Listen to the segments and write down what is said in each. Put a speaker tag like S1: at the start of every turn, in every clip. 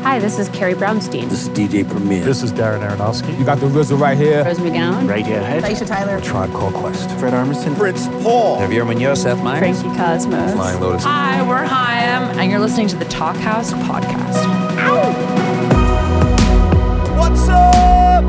S1: Hi, this is Carrie Brownstein.
S2: This is DJ Premier.
S3: This is Darren Aronofsky.
S4: You got the RZA right here.
S1: Rose McGowan.
S2: Radiohead.
S5: Aisha Tyler.
S2: Tribe Called Quest.
S6: Fred Armisen.
S2: Prince Paul.
S6: Javier Munoz. Seth Meyers.
S1: Frankie Cosmos.
S6: Flying Lotus.
S7: Hi, we're Haim, and you're listening to the Talk House podcast.
S6: What's up?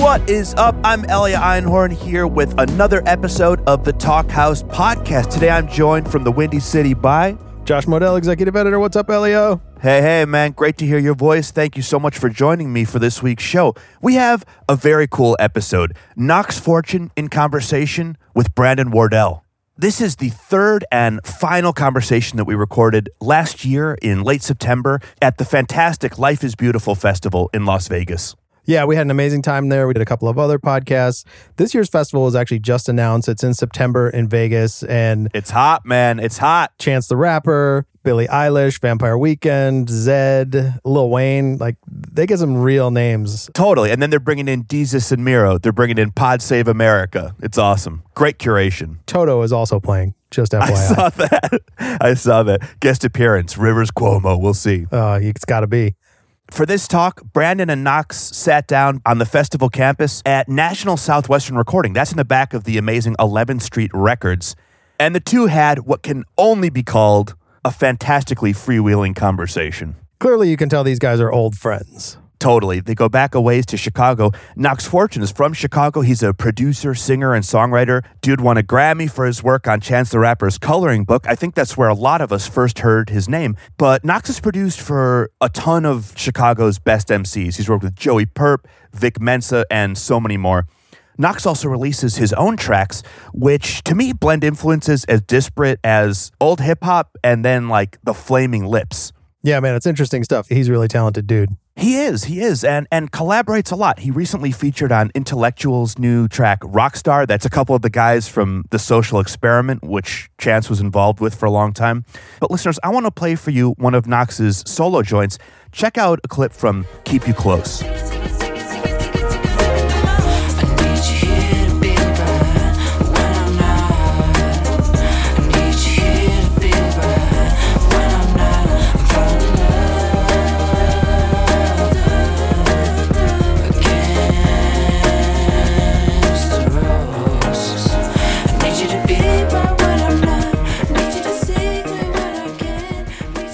S6: What is up? I'm Elia Einhorn here with another episode of the Talk House podcast. Today I'm joined from the Windy City by.
S4: Josh Modell, executive editor. What's up, Elio?
S6: Hey, hey, man, great to hear your voice. Thank you so much for joining me for this week's show. We have a very cool episode Knox Fortune in conversation with Brandon Wardell. This is the third and final conversation that we recorded last year in late September at the fantastic Life is Beautiful festival in Las Vegas.
S4: Yeah, we had an amazing time there. We did a couple of other podcasts. This year's festival was actually just announced. It's in September in Vegas, and
S6: It's hot, man. It's hot.
S4: Chance the Rapper, Billie Eilish, Vampire Weekend, Zed, Lil Wayne. Like, they get some real names.
S6: Totally. And then they're bringing in Jesus and Miro. They're bringing in Pod Save America. It's awesome. Great curation.
S4: Toto is also playing, just
S6: I
S4: FYI.
S6: saw that. I saw that. Guest appearance, Rivers Cuomo. We'll see.
S4: Uh, it's got to be.
S6: For this talk, Brandon and Knox sat down on the festival campus at National Southwestern Recording. That's in the back of the amazing 11th Street Records. And the two had what can only be called a fantastically freewheeling conversation.
S4: Clearly, you can tell these guys are old friends.
S6: Totally. They go back a ways to Chicago. Knox Fortune is from Chicago. He's a producer, singer, and songwriter. Dude won a Grammy for his work on Chance the Rapper's coloring book. I think that's where a lot of us first heard his name. But Knox has produced for a ton of Chicago's best MCs. He's worked with Joey Perp, Vic Mensa, and so many more. Knox also releases his own tracks, which to me blend influences as disparate as old hip hop and then like the Flaming Lips.
S4: Yeah, man, it's interesting stuff. He's a really talented dude.
S6: He is, he is, and and collaborates a lot. He recently featured on Intellectual's new track Rockstar. That's a couple of the guys from The Social Experiment, which Chance was involved with for a long time. But listeners, I want to play for you one of Knox's solo joints. Check out a clip from Keep You Close.
S8: I need you here to be right when I'm not. I need you here to be right when I'm not. I'm falling in love against the ropes. I need you to be right when I'm not. I need you to save me when I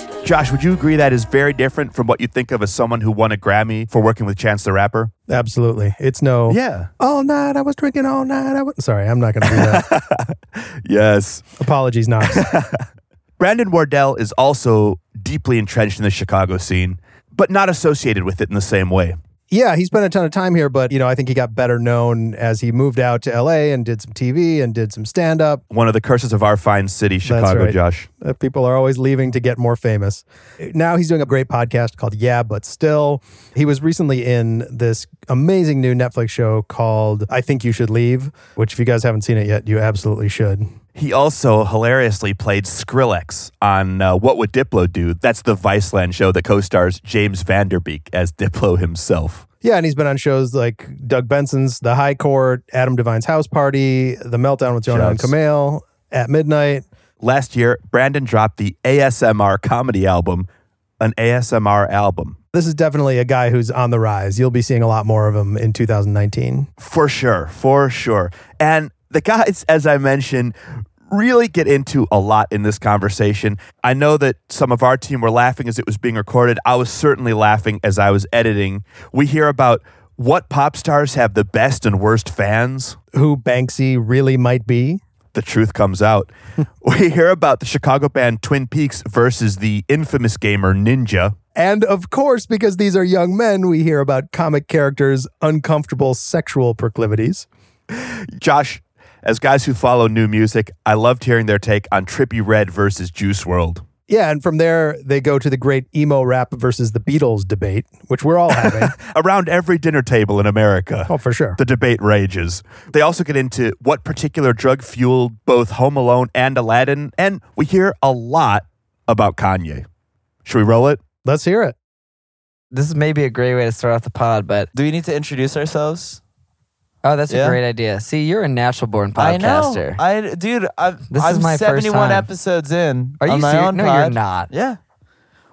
S8: can.
S6: Josh, would you agree that is very different from what you think of as someone who won a Grammy for working with Chance the Rapper?
S4: Absolutely. It's no.
S6: Yeah.
S4: All night I was drinking all night. I was sorry, I'm not going to do that.
S6: Yes.
S4: Apologies, Knox.
S6: Brandon Wardell is also deeply entrenched in the Chicago scene, but not associated with it in the same way.
S4: yeah, he spent a ton of time here, but you know, I think he got better known as he moved out to LA and did some TV and did some stand up.
S6: One of the curses of our fine city, Chicago,
S4: right.
S6: Josh.
S4: Uh, people are always leaving to get more famous. Now he's doing a great podcast called Yeah, but still. He was recently in this amazing new Netflix show called I Think You Should Leave, which if you guys haven't seen it yet, you absolutely should.
S6: He also hilariously played Skrillex on uh, What Would Diplo Do? That's the Viceland show that co stars James Vanderbeek as Diplo himself.
S4: Yeah, and he's been on shows like Doug Benson's The High Court, Adam Devine's House Party, The Meltdown with Jonah
S6: Shouts.
S4: and Camille, At Midnight.
S6: Last year, Brandon dropped the ASMR comedy album, an ASMR album.
S4: This is definitely a guy who's on the rise. You'll be seeing a lot more of him in 2019.
S6: For sure, for sure. And the guys, as I mentioned, really get into a lot in this conversation. I know that some of our team were laughing as it was being recorded. I was certainly laughing as I was editing. We hear about what pop stars have the best and worst fans.
S4: Who Banksy really might be.
S6: The truth comes out. we hear about the Chicago band Twin Peaks versus the infamous gamer Ninja.
S4: And of course, because these are young men, we hear about comic characters' uncomfortable sexual proclivities.
S6: Josh, as guys who follow new music, I loved hearing their take on Trippy Red versus Juice World.
S4: Yeah, and from there, they go to the great emo rap versus the Beatles debate, which we're all having.
S6: Around every dinner table in America,
S4: oh, for sure.
S6: the debate rages. They also get into what particular drug fueled both Home Alone and Aladdin, and we hear a lot about Kanye. Should we roll it?
S4: Let's hear it.
S9: this is maybe a great way to start off the pod, but
S10: Do we need to introduce ourselves?
S9: oh, that's
S10: Yeah.
S9: a great idea. See, you're a natural born podcaster.
S10: I know. I dude, I,
S9: This is
S10: I'm
S9: my first
S10: 71
S9: time.
S10: episodes in.
S9: Are you
S10: on my
S9: serious?
S10: own
S9: No,
S10: pod.
S9: you're not.
S10: Yeah.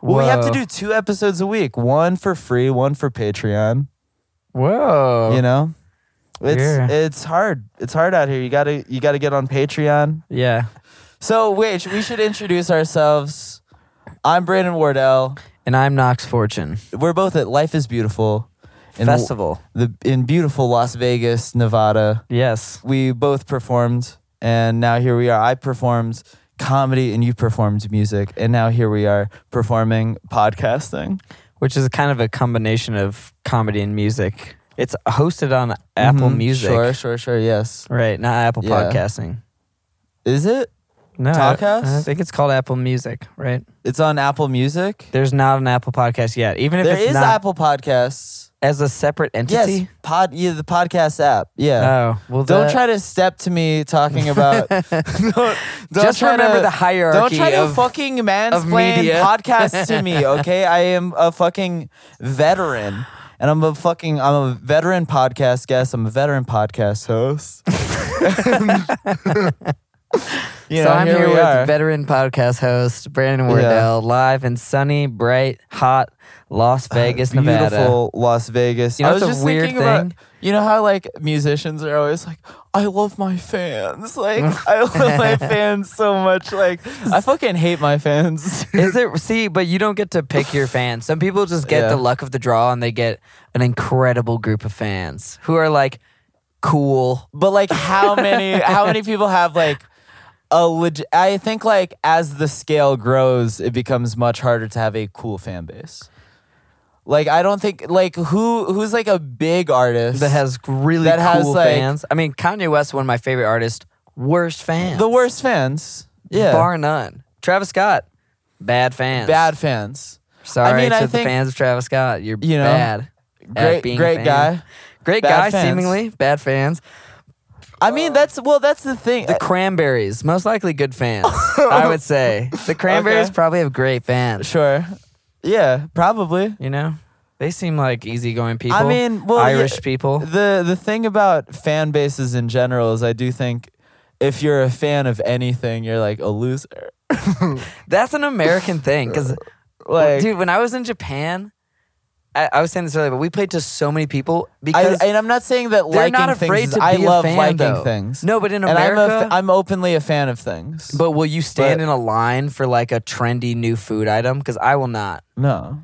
S10: Well, we have to
S9: Whoa.
S10: do two episodes a week one for free, one for Patreon.
S9: Whoa.
S10: You know? It's
S9: Oh. Yeah.
S10: it's hard. It's hard out here. You gotta you gotta get on Patreon.
S9: Yeah.
S10: So wait, we should introduce ourselves. I'm Brandon Wardell.
S9: And I'm Knox Fortune.
S10: We're both at Life is Beautiful in
S9: Festival.
S10: the in beautiful Las Vegas, Nevada.
S9: Yes.
S10: We both performed, and now here we are. I performed comedy, and you performed music, and now here we are performing podcasting.
S9: Which is kind of a combination of comedy and music. It's hosted on Apple Music.
S10: Mm-hmm. Sure, sure, sure. Yes,
S9: Right, not Apple
S10: Yeah.
S9: Podcasting.
S10: is it?
S9: No.
S10: Talk
S9: I-
S10: House?
S9: I think it's called Apple Music, right?
S10: It's on Apple Music.
S9: There's not an Apple Podcast yet. Even if
S10: There
S9: it's
S10: is
S9: not
S10: Apple Podcasts.
S9: as a separate entity.
S10: Yes, pod. Yeah, the podcast app. Yeah.
S9: Oh, well,
S10: Don't
S9: that-
S10: try to step to me talking about. don't, don't
S9: Just
S10: try
S9: remember
S10: to,
S9: the hierarchy
S10: Don't try to
S9: of-
S10: fucking mansplain
S9: media.
S10: podcasts to me, okay? I am a fucking veteran, and I'm a fucking I'm a veteran podcast guest. I'm a veteran podcast host. you
S9: so
S10: know,
S9: I'm here,
S10: we
S9: with
S10: are.
S9: veteran podcast host Brandon Wardell, live in sunny, bright, hot Las Vegas, Nevada.
S10: beautiful Las Vegas.
S9: You know,
S10: I was
S9: it's a
S10: just
S9: weird
S10: thinking about
S9: thing.
S10: you know how like musicians are always like, I love my fans. Like I love my fans so much. Like I fucking hate my fans.
S9: Is it? See, but you don't get to pick your fans. Some people just get
S10: Yeah.
S9: the luck of the draw, and they get an incredible group of fans who are like cool.
S10: but like how many how many people have like a leg- I think like as the scale grows, it becomes much harder to have a cool fan base. Like I don't think like who who's like a big artist
S9: That has really
S10: That
S9: cool
S10: has, like-
S9: fans. I mean, Kanye West, one of my favorite artists, worst fans.
S10: the worst fans. Yeah.
S9: bar none. Travis Scott, bad fans.
S10: bad fans.
S9: Sorry
S10: I mean,
S9: to
S10: I
S9: the
S10: think-
S9: fans of Travis Scott. You're
S10: You know,
S9: bad. at
S10: great-
S9: being a
S10: great
S9: fan.
S10: guy,
S9: Great
S10: bad
S9: guy,
S10: fans.
S9: seemingly bad fans.
S10: I mean, that's well, that's the thing.
S9: The Cranberries, most likely good fans. I would say the Cranberries
S10: Okay.
S9: probably have great fans.
S10: sure. Yeah, probably.
S9: You know, they seem like easygoing people.
S10: I mean, well,
S9: Irish
S10: yeah,
S9: people.
S10: The the thing about fan bases in general is, I do think if you're a fan of anything, you're like a loser.
S9: That's an American thing, because
S10: Like,
S9: dude, when I was in Japan. I, I was saying this earlier, but we played to so many people
S10: I,
S9: because
S10: and I'm not saying that
S9: they're
S10: liking
S9: not afraid
S10: things. is-
S9: to
S10: I
S9: be a
S10: love
S9: fan,
S10: liking
S9: though.
S10: things.
S9: No, but in
S10: and I'm, a
S9: America-
S10: fa- I'm openly a fan of things.
S9: But will you stand
S10: But-
S9: in a line for like a trendy new food item? Because I will not.
S10: no,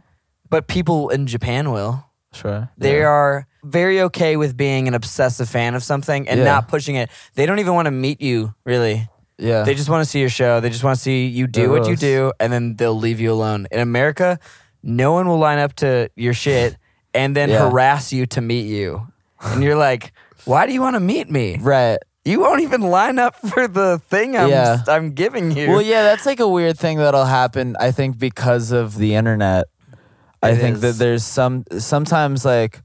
S9: But people in Japan will.
S10: sure.
S9: They
S10: yeah.
S9: are very okay with being an obsessive fan of something and
S10: Yeah.
S9: not pushing it. They don't even want to meet you, really.
S10: Yeah.
S9: They just want to see your show. They just want to see you do
S10: They're
S9: what you
S10: gross.
S9: do, and then they'll leave you alone. In America, no one will line up to your shit and then
S10: Yeah.
S9: harass you to meet you. And you're like, why do you want to meet me?
S10: right.
S9: You won't even line up for the thing I'm,
S10: Yeah.
S9: I'm giving you.
S10: Well, yeah, that's like a weird thing that'll happen. I think because of the internet, I
S9: It
S10: think that
S9: is.
S10: there's some sometimes like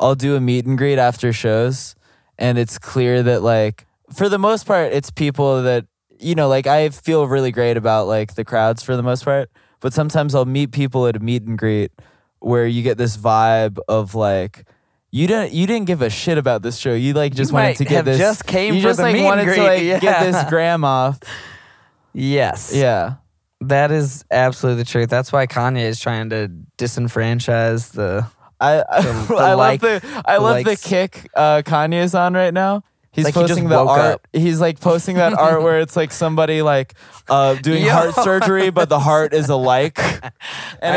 S10: I'll do a meet and greet after shows, and it's clear that like for the most part, it's people that you know. Like I feel really great about like the crowds for the most part, but sometimes I'll meet people at a meet and greet where you get this vibe of like. You didn't. You didn't give a shit about this show. You like just wanted
S9: might
S10: to get
S9: have
S10: this.
S9: just came
S10: you
S9: for
S10: just
S9: the
S10: like
S9: meet and
S10: wanted to
S9: greet,
S10: like get this
S9: yeah.
S10: gram off.
S9: Yes.
S10: Yeah.
S9: That is absolutely the truth. That's why Kanye is trying to disenfranchise the.
S10: I I,
S9: the
S10: I
S9: like-
S10: love the I
S9: the
S10: love
S9: likes.
S10: the kick uh, Kanye's on right now. He's
S9: Like he just
S10: posting the
S9: woke
S10: art.
S9: up.
S10: He's like posting that art where it's like somebody like uh, doing
S9: Yo.
S10: heart surgery, but the heart is alike, and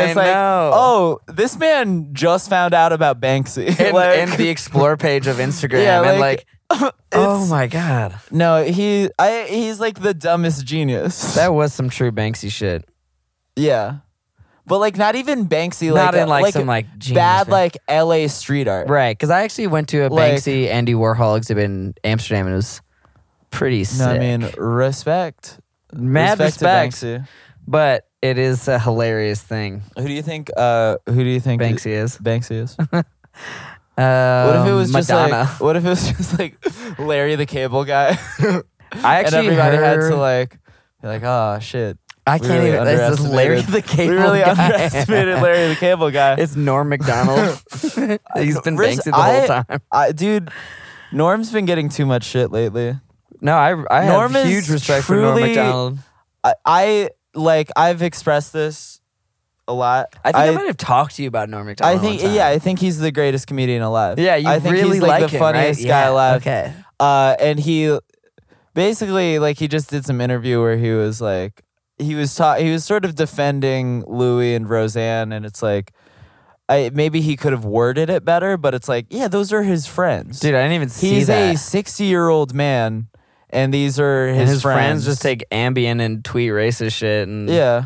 S9: I
S10: it's like,
S9: know.
S10: oh, this man just found out about Banksy.
S9: And,
S10: Like,
S9: and the explore page of Instagram.
S10: Yeah,
S9: and
S10: like,
S9: like, oh my God.
S10: no, he I he's like the dumbest genius.
S9: That was some true Banksy shit.
S10: yeah, but like not even Banksy.
S9: Not
S10: like, a-
S9: in, like, some, like, genius
S10: bad
S9: thing.
S10: like L.A. street art.
S9: Right. Because I actually went to a
S10: Like-
S9: Banksy Andy Warhol exhibit in Amsterdam and it was pretty sick.
S10: No, I mean respect.
S9: mad
S10: respect.
S9: respect.
S10: to Banksy.
S9: But it is a hilarious thing.
S10: Who do you think? Uh, who do you think
S9: Banksy is.
S10: Banksy is.
S9: Um,
S10: What if it was
S9: Madonna?
S10: just like? What if it was just like Larry the Cable Guy,
S9: I
S10: and
S9: actually
S10: everybody
S9: heard,
S10: had to like be like, oh shit.
S9: I
S10: we
S9: can't even- this is
S10: underestimated-
S9: Larry the Cable
S10: We really
S9: Guy."
S10: underestimated Larry the Cable Guy.
S9: It's Norm McDonald. He's been
S10: Riz,
S9: Banksy the
S10: I-
S9: whole time.
S10: I, dude, Norm's been getting too much shit lately.
S9: No, I, I
S10: Norm
S9: have
S10: is
S9: huge respect for Norm
S10: truly-
S9: McDonald.
S10: I, I like I've expressed this a lot.
S9: I think I, might have talked to you about Norm
S10: I
S9: Macdonald.
S10: think
S9: one time.
S10: yeah, I think he's the greatest comedian alive.
S9: Yeah, you
S10: I think
S9: really
S10: he's like, the
S9: him,
S10: funniest
S9: right?
S10: guy
S9: Yeah,
S10: alive.
S9: Okay.
S10: Uh, and he basically like he just did some interview where he was like he was ta- he was sort of defending Louis and Roseanne, and it's like. I, maybe he could have worded it better, but it's like, yeah, those are his friends.
S9: Dude, I didn't even see
S10: He's
S9: that.
S10: a 60 year old man, and these are his,
S9: and his friends. just take Ambien and tweet racist shit and
S10: Yeah.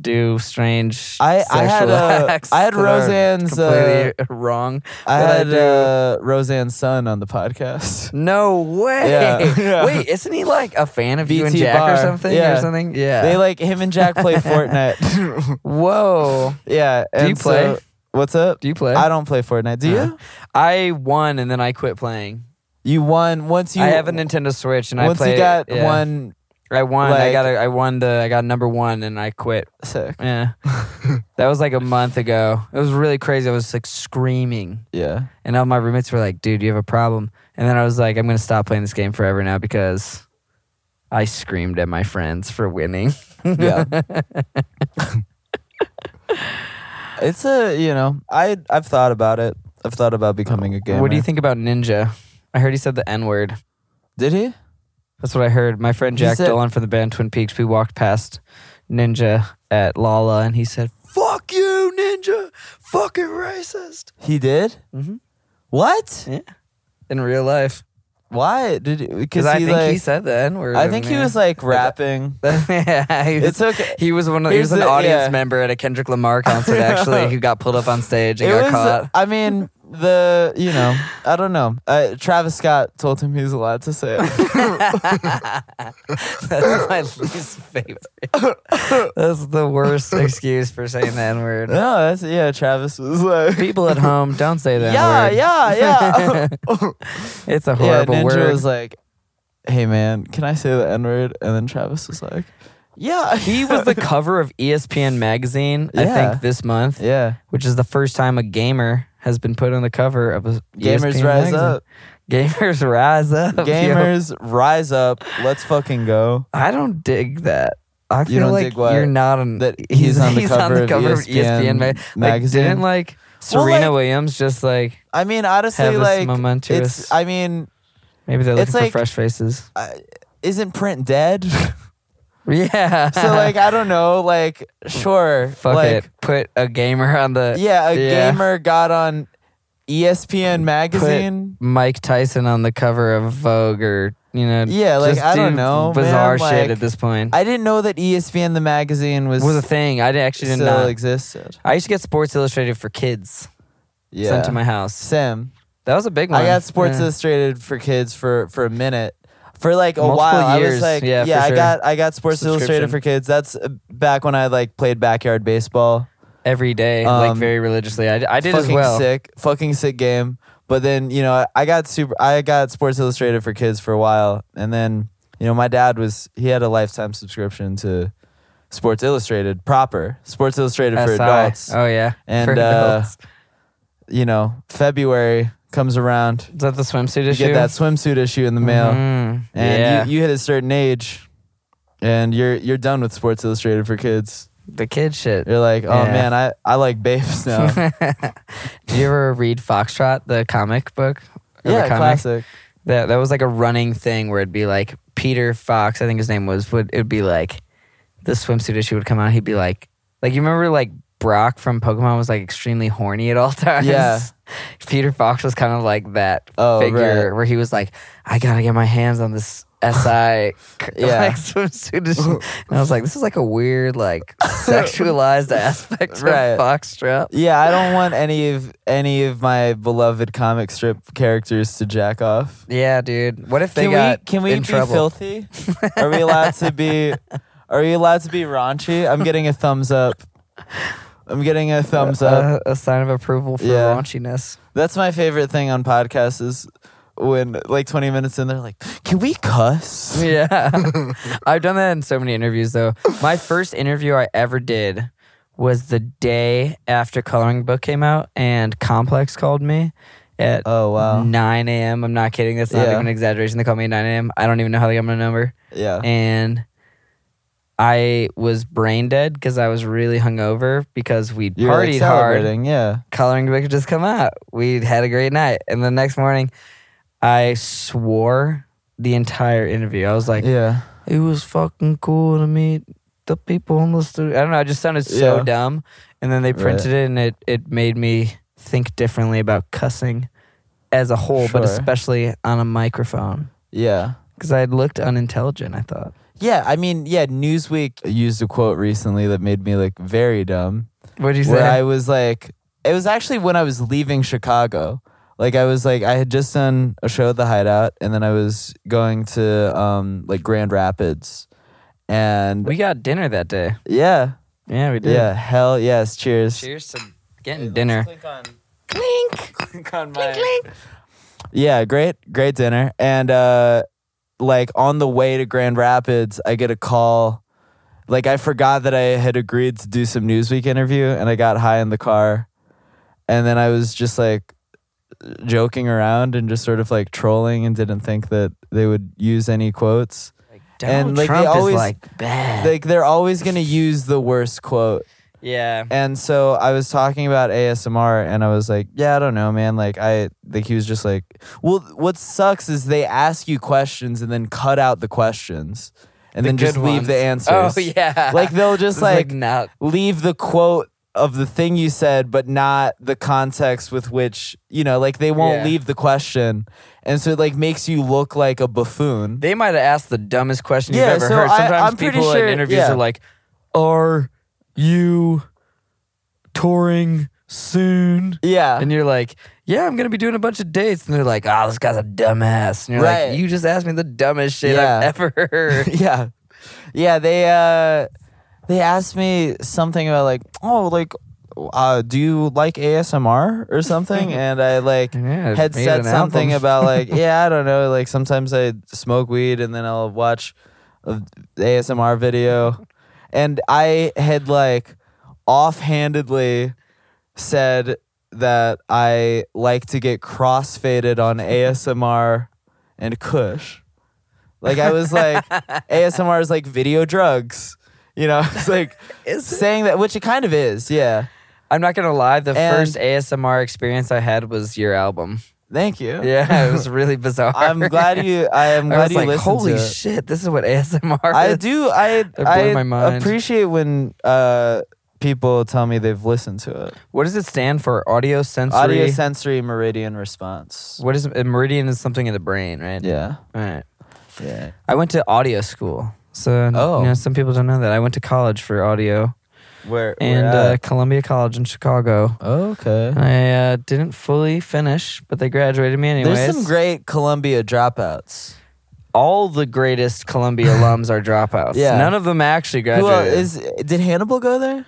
S9: do strange.
S10: I- I had,
S9: sexual
S10: uh,
S9: acts
S10: I had
S9: that are
S10: Roseanne's, uh,
S9: completely wrong.
S10: I
S9: that
S10: had
S9: do.
S10: uh, Roseanne's son on the podcast.
S9: no way.
S10: Yeah. Yeah.
S9: Wait, isn't he like a fan of you and
S10: VT
S9: Jack
S10: Barr.
S9: or something
S10: Yeah.
S9: or something? Yeah.
S10: They like him and Jack play Fortnite.
S9: Whoa.
S10: yeah.
S9: Do you
S10: and
S9: play?
S10: so- what's up?
S9: Do you play? Uh-huh.
S10: I don't play Fortnite. Do you?
S9: I won and then I quit playing.
S10: You won once you.
S9: I have a Nintendo Switch and
S10: Once
S9: I played.
S10: you got
S9: yeah.
S10: one
S9: I won. I
S10: like-
S9: got. A, I won the. I got number one and I quit.
S10: sick.
S9: Yeah. that was like a month ago. It was really crazy. I was like screaming.
S10: Yeah.
S9: And all my roommates were like, dude, you have a problem. And then I was like, I'm going to stop playing this game forever now because I screamed at my friends for winning.
S10: Yeah. it's a you know I I've thought about it. I've thought about becoming a gamer.
S9: What do you think about Ninja? I heard he said the N word.
S10: Did he?
S9: That's what I heard. My friend
S10: He
S9: Jack
S10: said-
S9: Dolan from the band Twin Peaks, we walked past Ninja at Lala and he said, fuck you, Ninja. Fucking racist.
S10: He did. Mm-hmm. What?
S9: Yeah. In real life.
S10: Why did?
S9: Because
S10: Because
S9: I
S10: he
S9: think
S10: like.
S9: he said the N word.
S10: I think he was like
S9: uh,
S10: rapping.
S9: yeah, he was,
S10: It's okay.
S9: He was one. Of, he
S10: Here's
S9: was an
S10: the-
S9: audience
S10: yeah.
S9: member at a Kendrick Lamar concert. Actually, who got pulled up on stage and
S10: It
S9: got
S10: was.
S9: caught.
S10: I mean, the you know, I don't know. Uh, Travis Scott told him he was allowed to say it.
S9: That's my least favorite. That's the worst excuse for saying the N word.
S10: no, that's yeah. Travis was like,
S9: People at home, don't say that.
S10: yeah,
S9: word.
S10: yeah, yeah.
S9: It's a
S10: yeah,
S9: horrible
S10: Ninja
S9: word.
S10: was like, "Hey man, can I say the N word?" And then Travis was like, "Yeah,
S9: he was the cover of E ESPN magazine, I
S10: Yeah.
S9: think, this month,
S10: yeah."
S9: which is the first time a gamer has been put on the cover of a E
S10: Gamers
S9: ESPN
S10: rise
S9: magazine.
S10: up.
S9: Gamers rise up. yo.
S10: Gamers, rise up. Let's fucking go.
S9: I don't dig that. I feel
S10: don't
S9: like
S10: dig what?
S9: you're not on
S10: That he's on the cover of E ESPN
S9: ma-
S10: magazine?
S9: Like, didn't like
S10: Well,
S9: Serena
S10: like-
S9: Williams just like
S10: I mean, honestly,
S9: Have us
S10: like,
S9: momentous-
S10: it's. I mean,
S9: maybe they're
S10: It's
S9: looking
S10: like-
S9: for fresh faces.
S10: isn't print dead? so
S9: Yeah.
S10: like, I don't know. Like, sure.
S9: fuck
S10: like,
S9: it. Put a gamer on the
S10: Yeah, a gamer got on E ESPN magazine.
S9: Mike Tyson on the cover of Vogue or you know.
S10: Yeah, like,
S9: just
S10: I don't
S9: do
S10: know,
S9: Bizarre
S10: man,
S9: shit
S10: like,
S9: at this point.
S10: I didn't know that E ESPN the magazine was,
S9: was a thing. I di- actually did
S10: still
S9: not.
S10: existed.
S9: I used to get Sports Illustrated for kids
S10: Yeah.
S9: sent to my house.
S10: Sam.
S9: That was a big one.
S10: I got Sports
S9: Yeah.
S10: Illustrated for kids for for a minute. For like a
S9: Multiple
S10: while, I was
S9: years.
S10: like,
S9: Yeah, for
S10: I
S9: sure.
S10: got I got Sports
S9: Subscription.
S10: Illustrated for kids. That's uh, back when I like played backyard baseball.
S9: every day, like
S10: Um,
S9: very religiously. I, I did as
S10: fucking
S9: well.
S10: sick, fucking sick game. But then you know I, I got super. I got Sports Illustrated for kids for a while, and then you know my dad was he had a lifetime subscription to Sports Illustrated proper Sports Illustrated for
S9: SI.
S10: adults.
S9: Oh yeah,
S10: And,
S9: for
S10: uh,
S9: adults.
S10: You know February comes around,
S9: Is that the swimsuit
S10: you
S9: issue?
S10: get that swimsuit issue in the mail.
S9: Mm,
S10: and
S9: yeah,
S10: you, you hit a certain age and you're you're done with sports illustrated for kids
S9: the kid shit.
S10: you're like oh
S9: Yeah.
S10: man i i like babes now
S9: Do you ever read Foxtrot, the comic book? Or the
S10: yeah
S9: comic?
S10: classic
S9: That that was like a running thing where it'd be like Peter Fox, I think his name was. Would it'd be like the swimsuit issue would come out. He'd be like, like you remember like Brock from Pokemon was like extremely horny at all times.
S10: Yeah.
S9: Peter Fox was kind of like that
S10: Oh,
S9: figure
S10: right.
S9: where he was like, I gotta get my hands on this SI
S10: Yeah.
S9: like, swimsuit issue. And I was like, this is like a weird like sexualized aspect
S10: Right.
S9: of Foxtrot.
S10: yeah i don't want any of any of my beloved comic strip characters to jack off
S9: Yeah, dude. What if they
S10: can
S9: got
S10: we can we
S9: in
S10: be
S9: trouble?
S10: filthy are we allowed to be are we allowed to be raunchy i'm getting a thumbs up i'm getting a thumbs up
S9: A- a sign of approval for
S10: Yeah.
S9: raunchiness.
S10: That's my favorite thing on podcasts is when like 20 minutes in they're like, "Can we cuss?"
S9: Yeah. I've done that in so many interviews, though. My first interview I ever did was the day after Coloring Book came out, and Complex called me at
S10: Oh, wow.
S9: 9 a.m. I'm not kidding. That's not
S10: Yeah.
S9: even an exaggeration. They called me at 9 a.m. I don't even know how they got my number.
S10: Yeah.
S9: And I was brain dead because I was really hungover because we
S10: You're like,
S9: partied hard.
S10: celebrating, Yeah.
S9: Coloring book had just come out. We had a great night, and the next morning, I swore the entire interview. I was like,
S10: Yeah.
S9: it was fucking cool to meet the people in the studio. I don't know. I just sounded so
S10: Yeah.
S9: dumb. And then they printed it and it, it made me think differently about cussing as a whole, but
S10: Sure.
S9: especially on a microphone.
S10: Yeah.
S9: Because I looked unintelligent, I thought.
S10: Yeah. I mean, yeah, Newsweek used a quote recently that made me look very dumb.
S9: What'd you
S10: where I
S9: say?
S10: was like, it was actually when I was leaving Chicago. Like I was like, I had just done a show at the Hideout, and then I was going to um like Grand Rapids, and
S9: we got dinner that day.
S10: yeah,
S9: Yeah, we
S10: yeah,
S9: did.
S10: hell yes, cheers.
S9: Cheers to getting dinner.
S10: Yeah, great, great dinner, and uh, like on the way to Grand Rapids, I get a call. Like I forgot that I had agreed to do some Newsweek interview, and I got high in the car, and then I was just like joking around and just sort of like trolling, and didn't think that they would use any quotes.
S9: Donald
S10: And, like, they
S9: Trump
S10: always-
S9: is like bad.
S10: Like they're always gonna use the worst quote.
S9: yeah.
S10: And so I was talking about ASMR and I was like, yeah, I don't know, man. Like I like he was just like, well, what sucks is they ask you questions and then cut out the questions and then just
S9: good
S10: leave the
S9: ones.
S10: answers.
S9: Oh, yeah.
S10: Like they'll just
S9: It's like,
S10: like,
S9: not-
S10: leave the quote of the thing you said but not the context with which, you know, like they won't
S9: Yeah.
S10: leave the question. And so it like makes you look like a buffoon.
S9: They might have asked the dumbest question
S10: Yeah,
S9: you've ever
S10: so
S9: heard.
S10: I-
S9: Sometimes
S10: I'm pretty
S9: people
S10: sure-
S9: in interviews
S10: yeah.
S9: are like, "Are you touring soon?"
S10: yeah.
S9: And you're like, "Yeah, I'm gonna be doing a bunch of dates." And they're like, "Oh, this guy's a dumbass." And you're
S10: Right.
S9: like, "You just asked me the dumbest shit
S10: Yeah.
S9: I've ever heard."
S10: yeah yeah they uh they asked me something about like oh like uh do you like asmr or something and i like
S9: Yeah,
S10: had
S9: made
S10: said
S9: an
S10: something
S9: album.
S10: about like yeah i don't know like sometimes i smoke weed and then i'll watch a asmr video and i had like offhandedly said that i like to get crossfaded on asmr and kush like I was like ASMR is like video drugs. You know, it's like saying that which it kind of is, yeah.
S9: I'm not gonna lie. The
S10: And-
S9: first ASMR experience I had was your album.
S10: Thank you.
S9: Yeah, it was really bizarre.
S10: I'm glad you I am
S9: I
S10: glad
S9: was
S10: you
S9: like,
S10: listened
S9: "Holy
S10: to it.
S9: shit! This is what ASMR."
S10: I
S9: is.
S10: do I
S9: blew
S10: I
S9: my mind.
S10: appreciate when uh people tell me they've listened to it.
S9: What does it stand for? Audio sensory.
S10: Audio sensory meridian response.
S9: What is a meridian? Is something in the brain, right?
S10: Yeah.
S9: All right.
S10: Yeah.
S9: I went to audio school. So,
S10: Oh.
S9: you know, some people don't know that. I went to college for audio
S10: Where
S9: and
S10: where
S9: uh,
S10: at?
S9: Columbia College in Chicago.
S10: Okay.
S9: And I uh, didn't fully finish, but they graduated me anyways.
S10: There's some great Columbia dropouts.
S9: All the greatest Columbia alums are dropouts.
S10: Yeah.
S9: None of them actually
S10: Who
S9: graduated.
S10: el- is did Hannibal go there?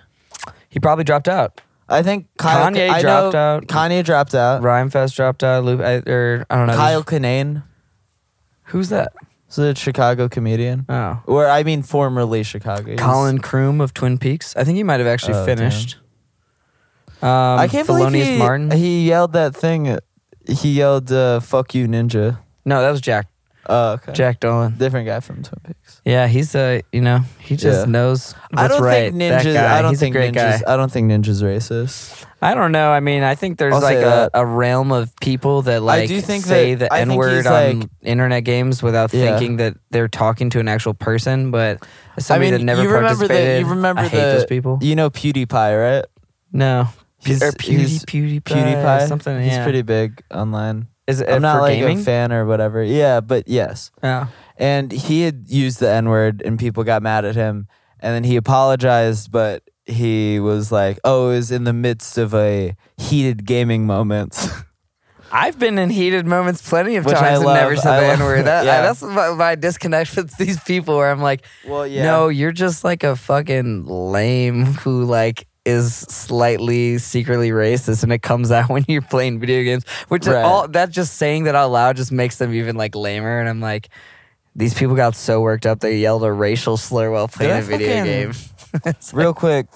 S9: he probably dropped out.
S10: I think Kyle,
S9: Kanye
S10: I
S9: dropped
S10: know
S9: out.
S10: Kanye dropped out.
S9: Ryan Fest dropped out. Luke, I, or I don't know.
S10: Uh. Kyle Kinane,
S9: Who's that?
S10: is a Chicago comedian,
S9: Oh.
S10: or I mean, formerly Chicago. He's-
S9: Colin Croom of Twin Peaks. I think he might have actually
S10: Oh, damn.
S9: finished. Um,
S10: I can't believe
S9: Thelonious
S10: he,
S9: Martin.
S10: he yelled that thing. at- He yelled, uh, "Fuck you, ninja."
S9: no, that was Jack.
S10: Oh, okay.
S9: Jack Dolan.
S10: different guy from Twin Peaks.
S9: Yeah, he's a you know he just
S10: Yeah.
S9: knows. What's
S10: I don't
S9: right.
S10: think
S9: That
S10: ninjas.
S9: guy,
S10: I don't
S9: he's
S10: think
S9: a great
S10: ninjas.
S9: guy.
S10: I don't think ninjas racist.
S9: I don't know. I mean, I think there's
S10: I'll
S9: like
S10: say
S9: a,
S10: that.
S9: a realm of people that like
S10: do think
S9: say
S10: that-
S9: the
S10: I think
S9: N word
S10: he's,
S9: on
S10: like-
S9: internet games without
S10: Yeah.
S9: thinking that they're talking to an actual person, but as somebody
S10: I mean,
S9: that never
S10: you remember the
S9: participated.
S10: you remember
S9: I hate
S10: the
S9: those people.
S10: You know PewDiePie, right?
S9: no. P-
S10: He's-
S9: or
S10: he's-
S9: Pewdie, PewDiePie,
S10: PewDiePie.
S9: something.
S10: He's
S9: yeah.
S10: pretty big online.
S9: Is it uh,
S10: I'm not
S9: for
S10: like
S9: gaming?
S10: a fan or whatever. Yeah, but yes.
S9: Yeah.
S10: And he had used the N word and people got mad at him. And then he apologized, but he was like, oh, it was in the midst of a heated gaming moment.
S9: I've been in heated moments plenty of
S10: Which I
S9: times and
S10: love.
S9: never said
S10: I
S9: the
S10: love-
S9: N word. That,
S10: yeah.
S9: That's my, my disconnect with these people where I'm like,
S10: Well, yeah.
S9: no, you're just like a fucking lame who like is slightly secretly racist and it comes out when you're playing video games, which is
S10: Right.
S9: all that just saying that out loud just makes them even like lamer. And I'm like, these people got so worked up they yelled a racial slur while playing
S10: I
S9: a video
S10: fucking-
S9: game.
S10: Real quick.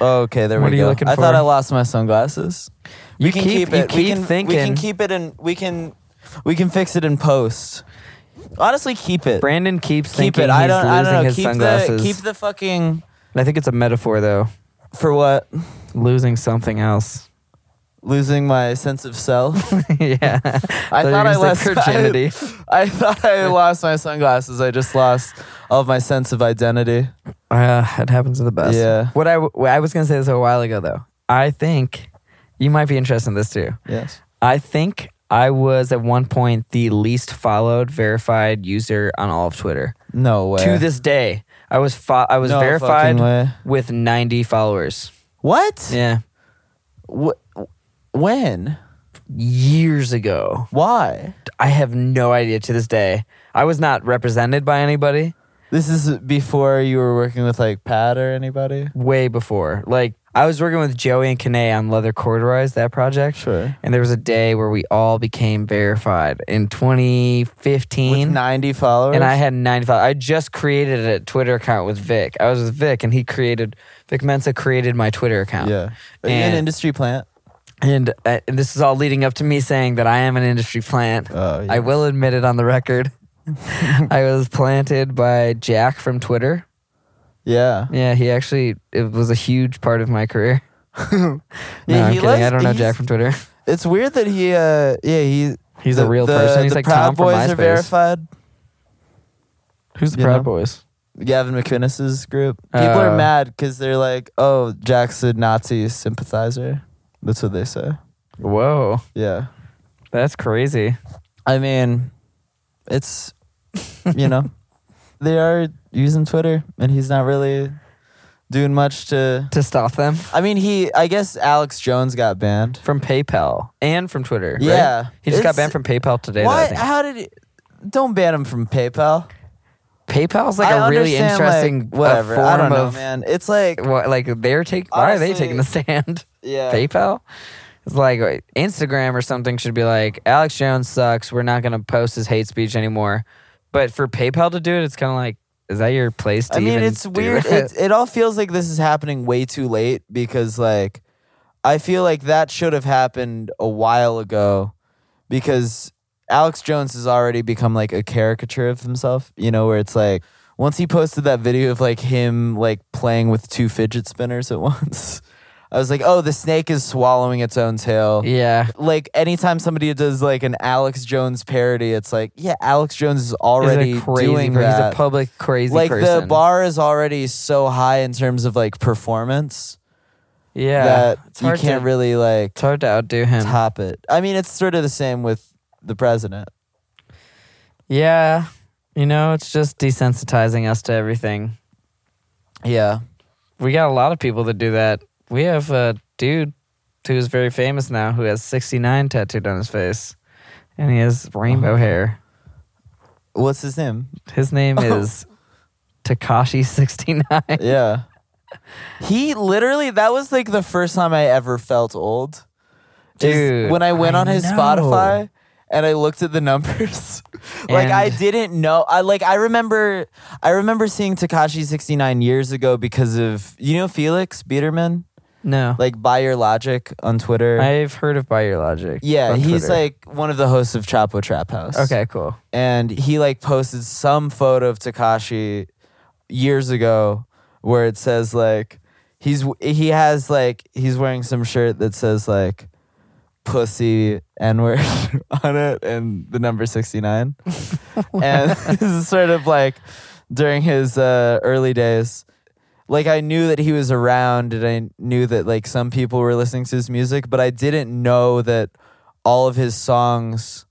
S10: okay, there
S9: What are
S10: we
S9: you
S10: go.
S9: looking
S10: I thought
S9: for?
S10: I lost my sunglasses. We
S9: You
S10: can
S9: keep-
S10: keep,
S9: you
S10: it. we
S9: keep
S10: can, We
S9: thinking.
S10: can keep it in. We can. We can fix it in post. Honestly, keep it.
S9: Brandon keeps
S10: keep
S9: thinking
S10: it. I
S9: he's
S10: don't.
S9: losing
S10: I don't know.
S9: his
S10: Keep
S9: sunglasses.
S10: the. Keep the fucking.
S9: I think it's a metaphor though,
S10: For what?
S9: losing something else.
S10: Losing my sense of self.
S9: yeah,
S10: I
S9: you were
S10: thought I
S9: gonna say
S10: lost
S9: virginity.
S10: I, I thought I lost my sunglasses. I just lost all of my sense of identity.
S9: Uh, it happens to the best.
S10: Yeah.
S9: What I, w- I was gonna say this a while ago though. I think you might be interested in this too.
S10: Yes.
S9: I think I was at one point the least followed verified user on all of Twitter.
S10: No way.
S9: To this day, I was fo- I was
S10: No
S9: verified
S10: fucking way.
S9: with 90 followers.
S10: what?
S9: Yeah.
S10: Wh- when?
S9: Years ago.
S10: Why?
S9: I have no idea to this day. I was not represented by anybody
S10: This is before you were working with like Pat or anybody.
S9: way before. Like I was working with Joey and Kane on Leather Corduroys, that project.
S10: Sure.
S9: And there was a day where we all became verified in
S10: With
S9: 2015.
S10: ninety followers.
S9: and I had 95. I just created a Twitter account with Vic. I was with Vic, and he created, Vic Mensa created my Twitter account.
S10: Yeah. Are you an
S9: And,
S10: industry plant?
S9: and, uh, and this is all leading up to me saying that I am an industry plant.
S10: Oh,
S9: I will admit it on the record. I was planted by Jack from Twitter.
S10: Yeah.
S9: Yeah, he actually, it was a huge part of my career. no,
S10: Yeah,
S9: I'm
S10: he
S9: kidding.
S10: likes-
S9: I don't know Jack
S10: he's-
S9: from Twitter.
S10: It's weird that he. Uh, yeah. He.
S9: He's a real person. He's
S10: the
S9: like
S10: Proud
S9: Tom from
S10: Boys are
S9: MySpace.
S10: verified.
S9: Who's the
S10: You
S9: Proud
S10: know?
S9: Boys?
S10: Gavin McInnes's group. People are
S9: Uh,
S10: mad because they're like, "Oh, Jack's a Nazi sympathizer." That's what they say.
S9: Whoa,
S10: Yeah.
S9: that's crazy.
S10: I mean, it's you know, they are using Twitter, and he's not really doing much to.
S9: To stop them
S10: I mean, he. I guess Alex Jones got banned.
S9: from PayPal and from Twitter. right?
S10: Yeah,
S9: he just
S10: it's-
S9: got banned from PayPal today. though, I
S10: Why?
S9: think.
S10: How did? He, don't ban him from PayPal.
S9: PayPal's like
S10: I
S9: a really
S10: understand,
S9: interesting
S10: like, whatever.
S9: uh, form
S10: I don't know,
S9: of
S10: man. It's like
S9: What, like they're taking. Why are they taking the
S10: Honestly,
S9: stand?
S10: yeah.
S9: PayPal. It's like uh, Instagram or something should be like Alex Jones sucks. We're not gonna post his hate speech anymore. But for PayPal to do it, it's kind of like, is that your place? To
S10: I mean,
S9: even
S10: it's
S9: do
S10: weird.
S9: It?
S10: It, it all feels like this is happening way too late because, like, I feel like that should have happened a while ago because Alex Jones has already become like a caricature of himself, you know, where it's like once he posted that video of like him like playing with two fidget spinners at once, I was like, oh, the snake is swallowing its own tail
S9: yeah,
S10: like anytime somebody does like an Alex Jones parody, it's like, yeah, Alex Jones is already
S9: he's a crazy.
S10: doing
S9: per-
S10: that.
S9: He's a public crazy
S10: like
S9: person.
S10: the bar is already so high in terms of like performance
S9: Yeah,
S10: that
S9: it's
S10: you
S9: hard
S10: can't
S9: to,
S10: really like
S9: It's hard to outdo him.
S10: top it. I mean, it's sort of the same with the president.
S9: Yeah, you know, it's just desensitizing us to everything.
S10: Yeah,
S9: We got a lot of people that do that. We have a dude who's very famous now who has 69 tattooed on his face and he has
S10: Oh.
S9: rainbow hair.
S10: what's his name?
S9: His name
S10: Oh.
S9: is Takashi69.
S10: Yeah, he literally that was like the first time I ever felt old. is
S9: Dude,
S10: when I went
S9: I
S10: on his
S9: know.
S10: Spotify and I looked at the numbers, like I
S9: And-
S10: didn't know. I like I remember I remember seeing Takashi 69 years ago because of you know Felix Biederman,
S9: No.
S10: like by your logic on Twitter.
S9: I've heard of By Your Logic.
S10: yeah,
S9: on
S10: he's
S9: Twitter.
S10: like one of the hosts of Chapo Trap House.
S9: Okay, cool.
S10: And he like posted some photo of Takashi years ago where it says like he's he has like he's wearing some shirt that says like pussy n word on it and the number 69 and this is sort of like during his uh, early days like i knew that he was around and i knew that like some people were listening to his music but i didn't know that all of his songs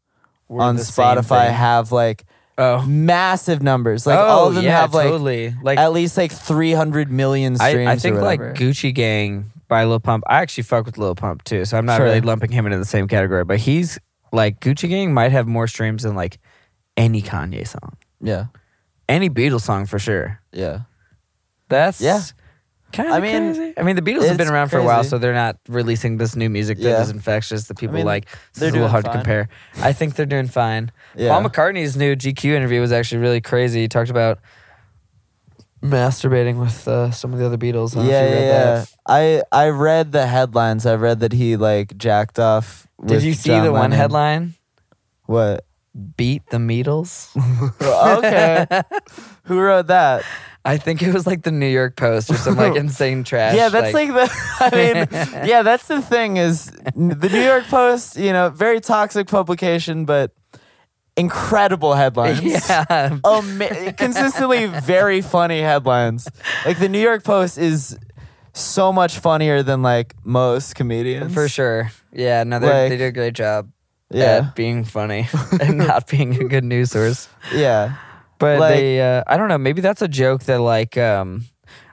S10: on
S9: the same
S10: spotify
S9: thing.
S10: have like
S9: Oh.
S10: massive numbers like
S9: oh,
S10: all of them
S9: yeah,
S10: have like
S9: totally. Like
S10: at least like 300 million streams
S9: I, I
S10: or
S9: think like
S10: whatever.
S9: Gucci Gang by Lil Pump. I actually fuck with Lil Pump too, so I'm not
S10: Sure.
S9: really lumping him into the same category. But he's like Gucci Gang might have more streams than like any Kanye song,
S10: yeah
S9: any Beatles song for sure.
S10: yeah
S9: That's
S10: Yeah.
S9: Kind of
S10: I mean,
S9: crazy. I mean, the Beatles have been
S10: it's
S9: around for a while,
S10: crazy.
S9: so they're not releasing this new music that is
S10: Yeah.
S9: infectious that people
S10: mean,
S9: like. So it's a
S10: they're
S9: little
S10: doing
S9: hard to
S10: fine.
S9: compare. I think they're doing fine.
S10: Yeah.
S9: Paul McCartney's new GQ interview was actually really crazy. He talked about masturbating with uh, some of the other Beatles. I don't know if
S10: yeah,
S9: you read
S10: yeah,
S9: that.
S10: yeah. I I read the headlines. I read that he like jacked off.
S9: Did
S10: with
S9: you see
S10: John
S9: the one
S10: Lennon.
S9: headline?
S10: What?
S9: Beat the Meatles. Oh,
S10: okay. Who wrote that?
S9: I think it was like the New York Post or some like insane trash.
S10: yeah, that's like, the. I mean, yeah, that's the thing is n- the New York Post. You know, very toxic publication, but incredible headlines.
S9: yeah.
S10: Ama- consistently very funny headlines. Like the New York Post is so much funnier than like most comedians
S9: For sure. Yeah, no, they
S10: Like-
S9: they do a great job
S10: Yeah,
S9: at being funny and not being a good news source.
S10: yeah.
S9: But
S10: Like-
S9: they, uh, I don't know. Maybe that's a joke that like, um,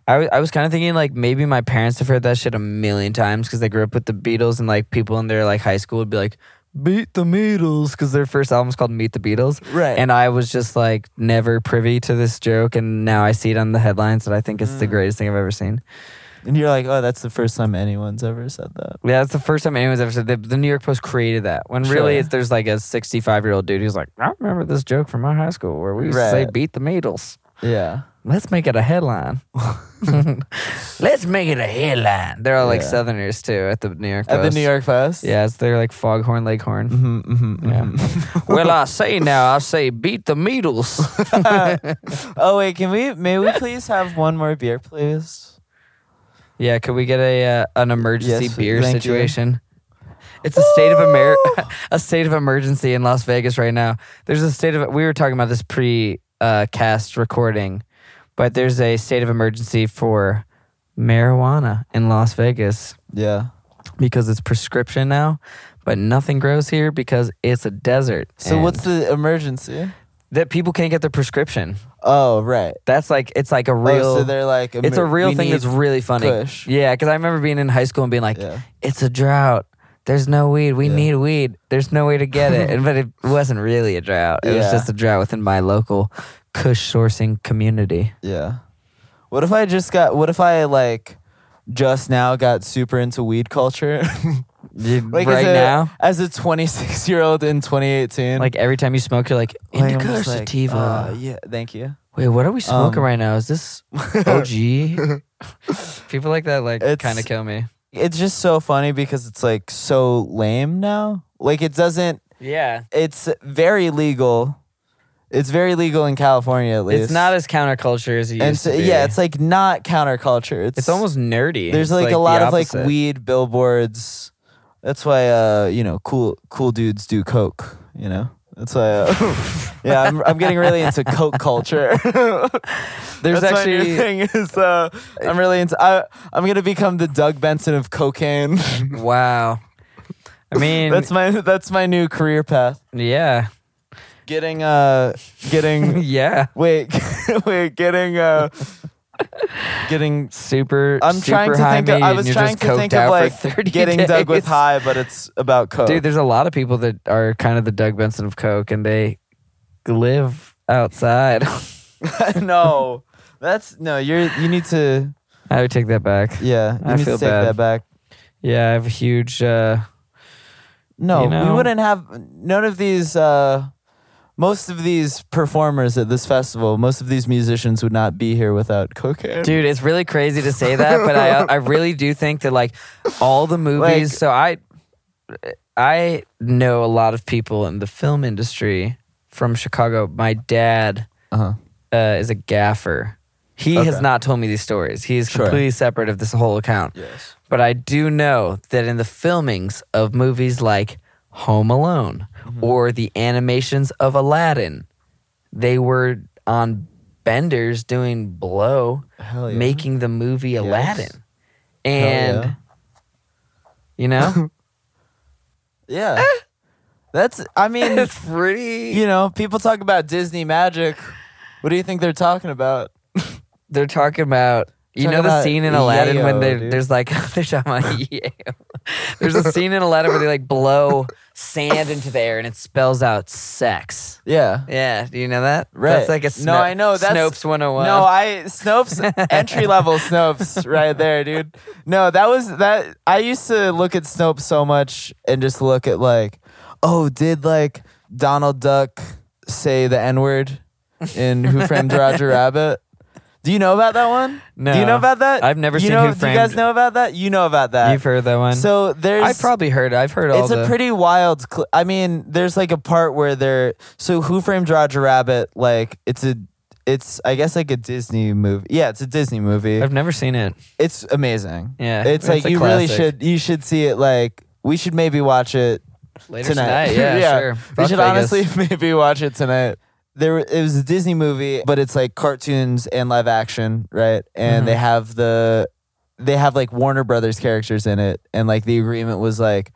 S9: I wa- I was kind of thinking like maybe my parents have heard that shit a million times because they grew up with the Beatles and like people in their like high school would be like, "Meet the Beatles" because their first album's called "Meet the Beatles,"
S10: Right.
S9: And I was just like never privy to this joke, and now I see it on the headlines, and I think it's the
S10: Mm.
S9: greatest thing I've ever seen.
S10: And you're like, oh, that's the first time anyone's ever said that.
S9: Yeah, that's the first time anyone's ever said the, the New York Post created that. When really,
S10: Sure.
S9: it's, there's like a 65 year old dude who's like, I remember this joke from my high school where we used to say
S10: Right.
S9: "Beat the Beatles."
S10: Yeah.
S9: Let's make it a headline. Let's make it a headline. They're all like
S10: Yeah.
S9: Southerners too at the New York Post.
S10: At the New York Post.
S9: Yeah, it's they're like Foghorn Leghorn. Mm-hmm, yeah. well, I say now, I say beat the Beatles.
S10: Oh wait, can we? May we please have one more beer, please?
S9: yeah, could we get a uh, an emergency
S10: Yes,
S9: beer
S10: thank you.
S9: situation? It's a state of Amer- a state of emergency in Las Vegas right now. There's a state of we were talking about this pre uh, cast recording, but there's a state of emergency for marijuana in Las Vegas.
S10: Yeah.
S9: because it's prescription now, but nothing grows here because it's a desert.
S10: So
S9: and
S10: what's the emergency?
S9: that people can't get their prescription?
S10: Oh right.
S9: That's like it's like a real.
S10: oh, so they're like,
S9: it's a
S10: emer-
S9: real
S10: we
S9: thing that's
S10: need-
S9: really funny.
S10: kush.
S9: Yeah, because I remember being in high school and being like,
S10: Yeah.
S9: "It's a drought. There's no weed. We need weed. There's no way to get it." And- but it wasn't really a drought. It was
S10: Yeah.
S9: just a drought within my local kush sourcing community.
S10: Yeah. What if I just got? What if I like just now got super into weed culture? like as
S9: right
S10: a,
S9: now,
S10: as a 26 year old in 2018.
S9: like every time you smoke, you're like
S10: Like, I'm
S9: indica or
S10: just like,
S9: sativa.
S10: uh, yeah. Thank you.
S9: Wait, what are we smoking
S10: Um,
S9: right now? Is this OG? People like that like
S10: It's-
S9: kind of kill me.
S10: It's just so funny because it's like so lame now. Like it doesn't.
S9: Yeah.
S10: It's very legal. It's very legal in California at least.
S9: It's not as counterculture as it used
S10: and so,
S9: to be.
S10: yeah, it's like not counterculture. It's
S9: it's almost nerdy.
S10: there's
S9: It's,
S10: like, a
S9: the
S10: lot of like
S9: opposite.
S10: weed billboards. That's why uh you know cool cool dudes do coke. You know that's why uh, yeah I'm I'm getting really into coke culture.
S9: There's
S10: That's my new
S9: actually
S10: thing is uh I'm really into I I'm gonna become the Doug Benson of cocaine.
S9: wow. I mean,
S10: that's my that's my new career path.
S9: yeah,
S10: Getting uh getting
S9: yeah,
S10: wait wait getting uh getting
S9: super.
S10: I'm
S9: super
S10: trying to
S9: high
S10: think. Of,
S9: meat
S10: I
S9: and
S10: was
S9: you're
S10: trying
S9: just
S10: to think
S9: coked
S10: of
S9: out for
S10: like
S9: 30
S10: getting
S9: days.
S10: Doug with high, but it's about coke.
S9: Dude, there's a lot of people that are kind of the Doug Benson of coke, and they live outside.
S10: no, that's no. You're you need to
S9: I would take that back.
S10: yeah. You
S9: I
S10: need
S9: feel
S10: to take
S9: bad.
S10: that back.
S9: Yeah, I have a huge. Uh,
S10: No,
S9: You know?
S10: we wouldn't have none of these. uh Most of these performers at this festival, most of these musicians would not be here without cocaine.
S9: Dude, it's really crazy to say that, but I I really do think that like all the movies.
S10: Like-
S9: so I I know a lot of people in the film industry from Chicago. My dad
S10: Uh-huh.
S9: uh, is a gaffer. He has
S10: Okay.
S9: not told me these stories. He is completely separate of this whole account.
S10: Yes.
S9: But I do know that in the filmings of movies like Home Alone
S10: Mm-hmm.
S9: or the animations of Aladdin, they were on benders doing blow,
S10: Hell yeah.
S9: making the movie Aladdin. And,
S10: yeah.
S9: you know,
S10: Yeah, that's. I mean,
S9: it's pretty.
S10: you know, people talk about Disney magic. What do you think they're talking about?
S9: they're talking about you
S10: Talking
S9: know the
S10: about
S9: scene in Aladdin when
S10: yayo,
S9: they,
S10: dude.
S9: there's like they're talking about yayo. There's a scene in Aladdin where they like blow sand into the air and it spells out sex.
S10: Yeah.
S9: Yeah, do you know that?
S10: Right.
S9: That's like a Sno-
S10: no. I know that's
S9: Snopes 101.
S10: No, I Snopes entry level Snopes right there, dude. No, that was that. I used to look at Snopes so much and just look at like, oh, did like Donald Duck say the N word in Who Framed Roger Rabbit? Do you know about that one?
S9: No.
S10: Do you know about that?
S9: I've never
S10: you
S9: seen
S10: know,
S9: Who
S10: Do you guys
S9: Framed-
S10: know about that? You know about that.
S9: You've heard that one.
S10: So there's.
S9: I've probably heard. I've heard all.
S10: It's a
S9: the-
S10: pretty wild. Cl- I mean, there's like a part where they're. So Who Framed Roger Rabbit? Like it's a. It's I guess like a Disney movie. Yeah, it's a Disney movie.
S9: I've never seen it.
S10: it's amazing.
S9: Yeah,
S10: It's,
S9: it's
S10: like
S9: a
S10: you really
S9: classic.
S10: should. You should see it. Like we should maybe watch it
S9: Later
S10: tonight.
S9: tonight. Yeah, sure.
S10: We
S9: Fuck
S10: should
S9: Vegas.
S10: honestly maybe watch it tonight. There, were- it was a Disney movie, but it's like cartoons and live action, right? And
S9: Mm-hmm.
S10: they have the, they have like Warner Brothers characters in it, and like the agreement was like,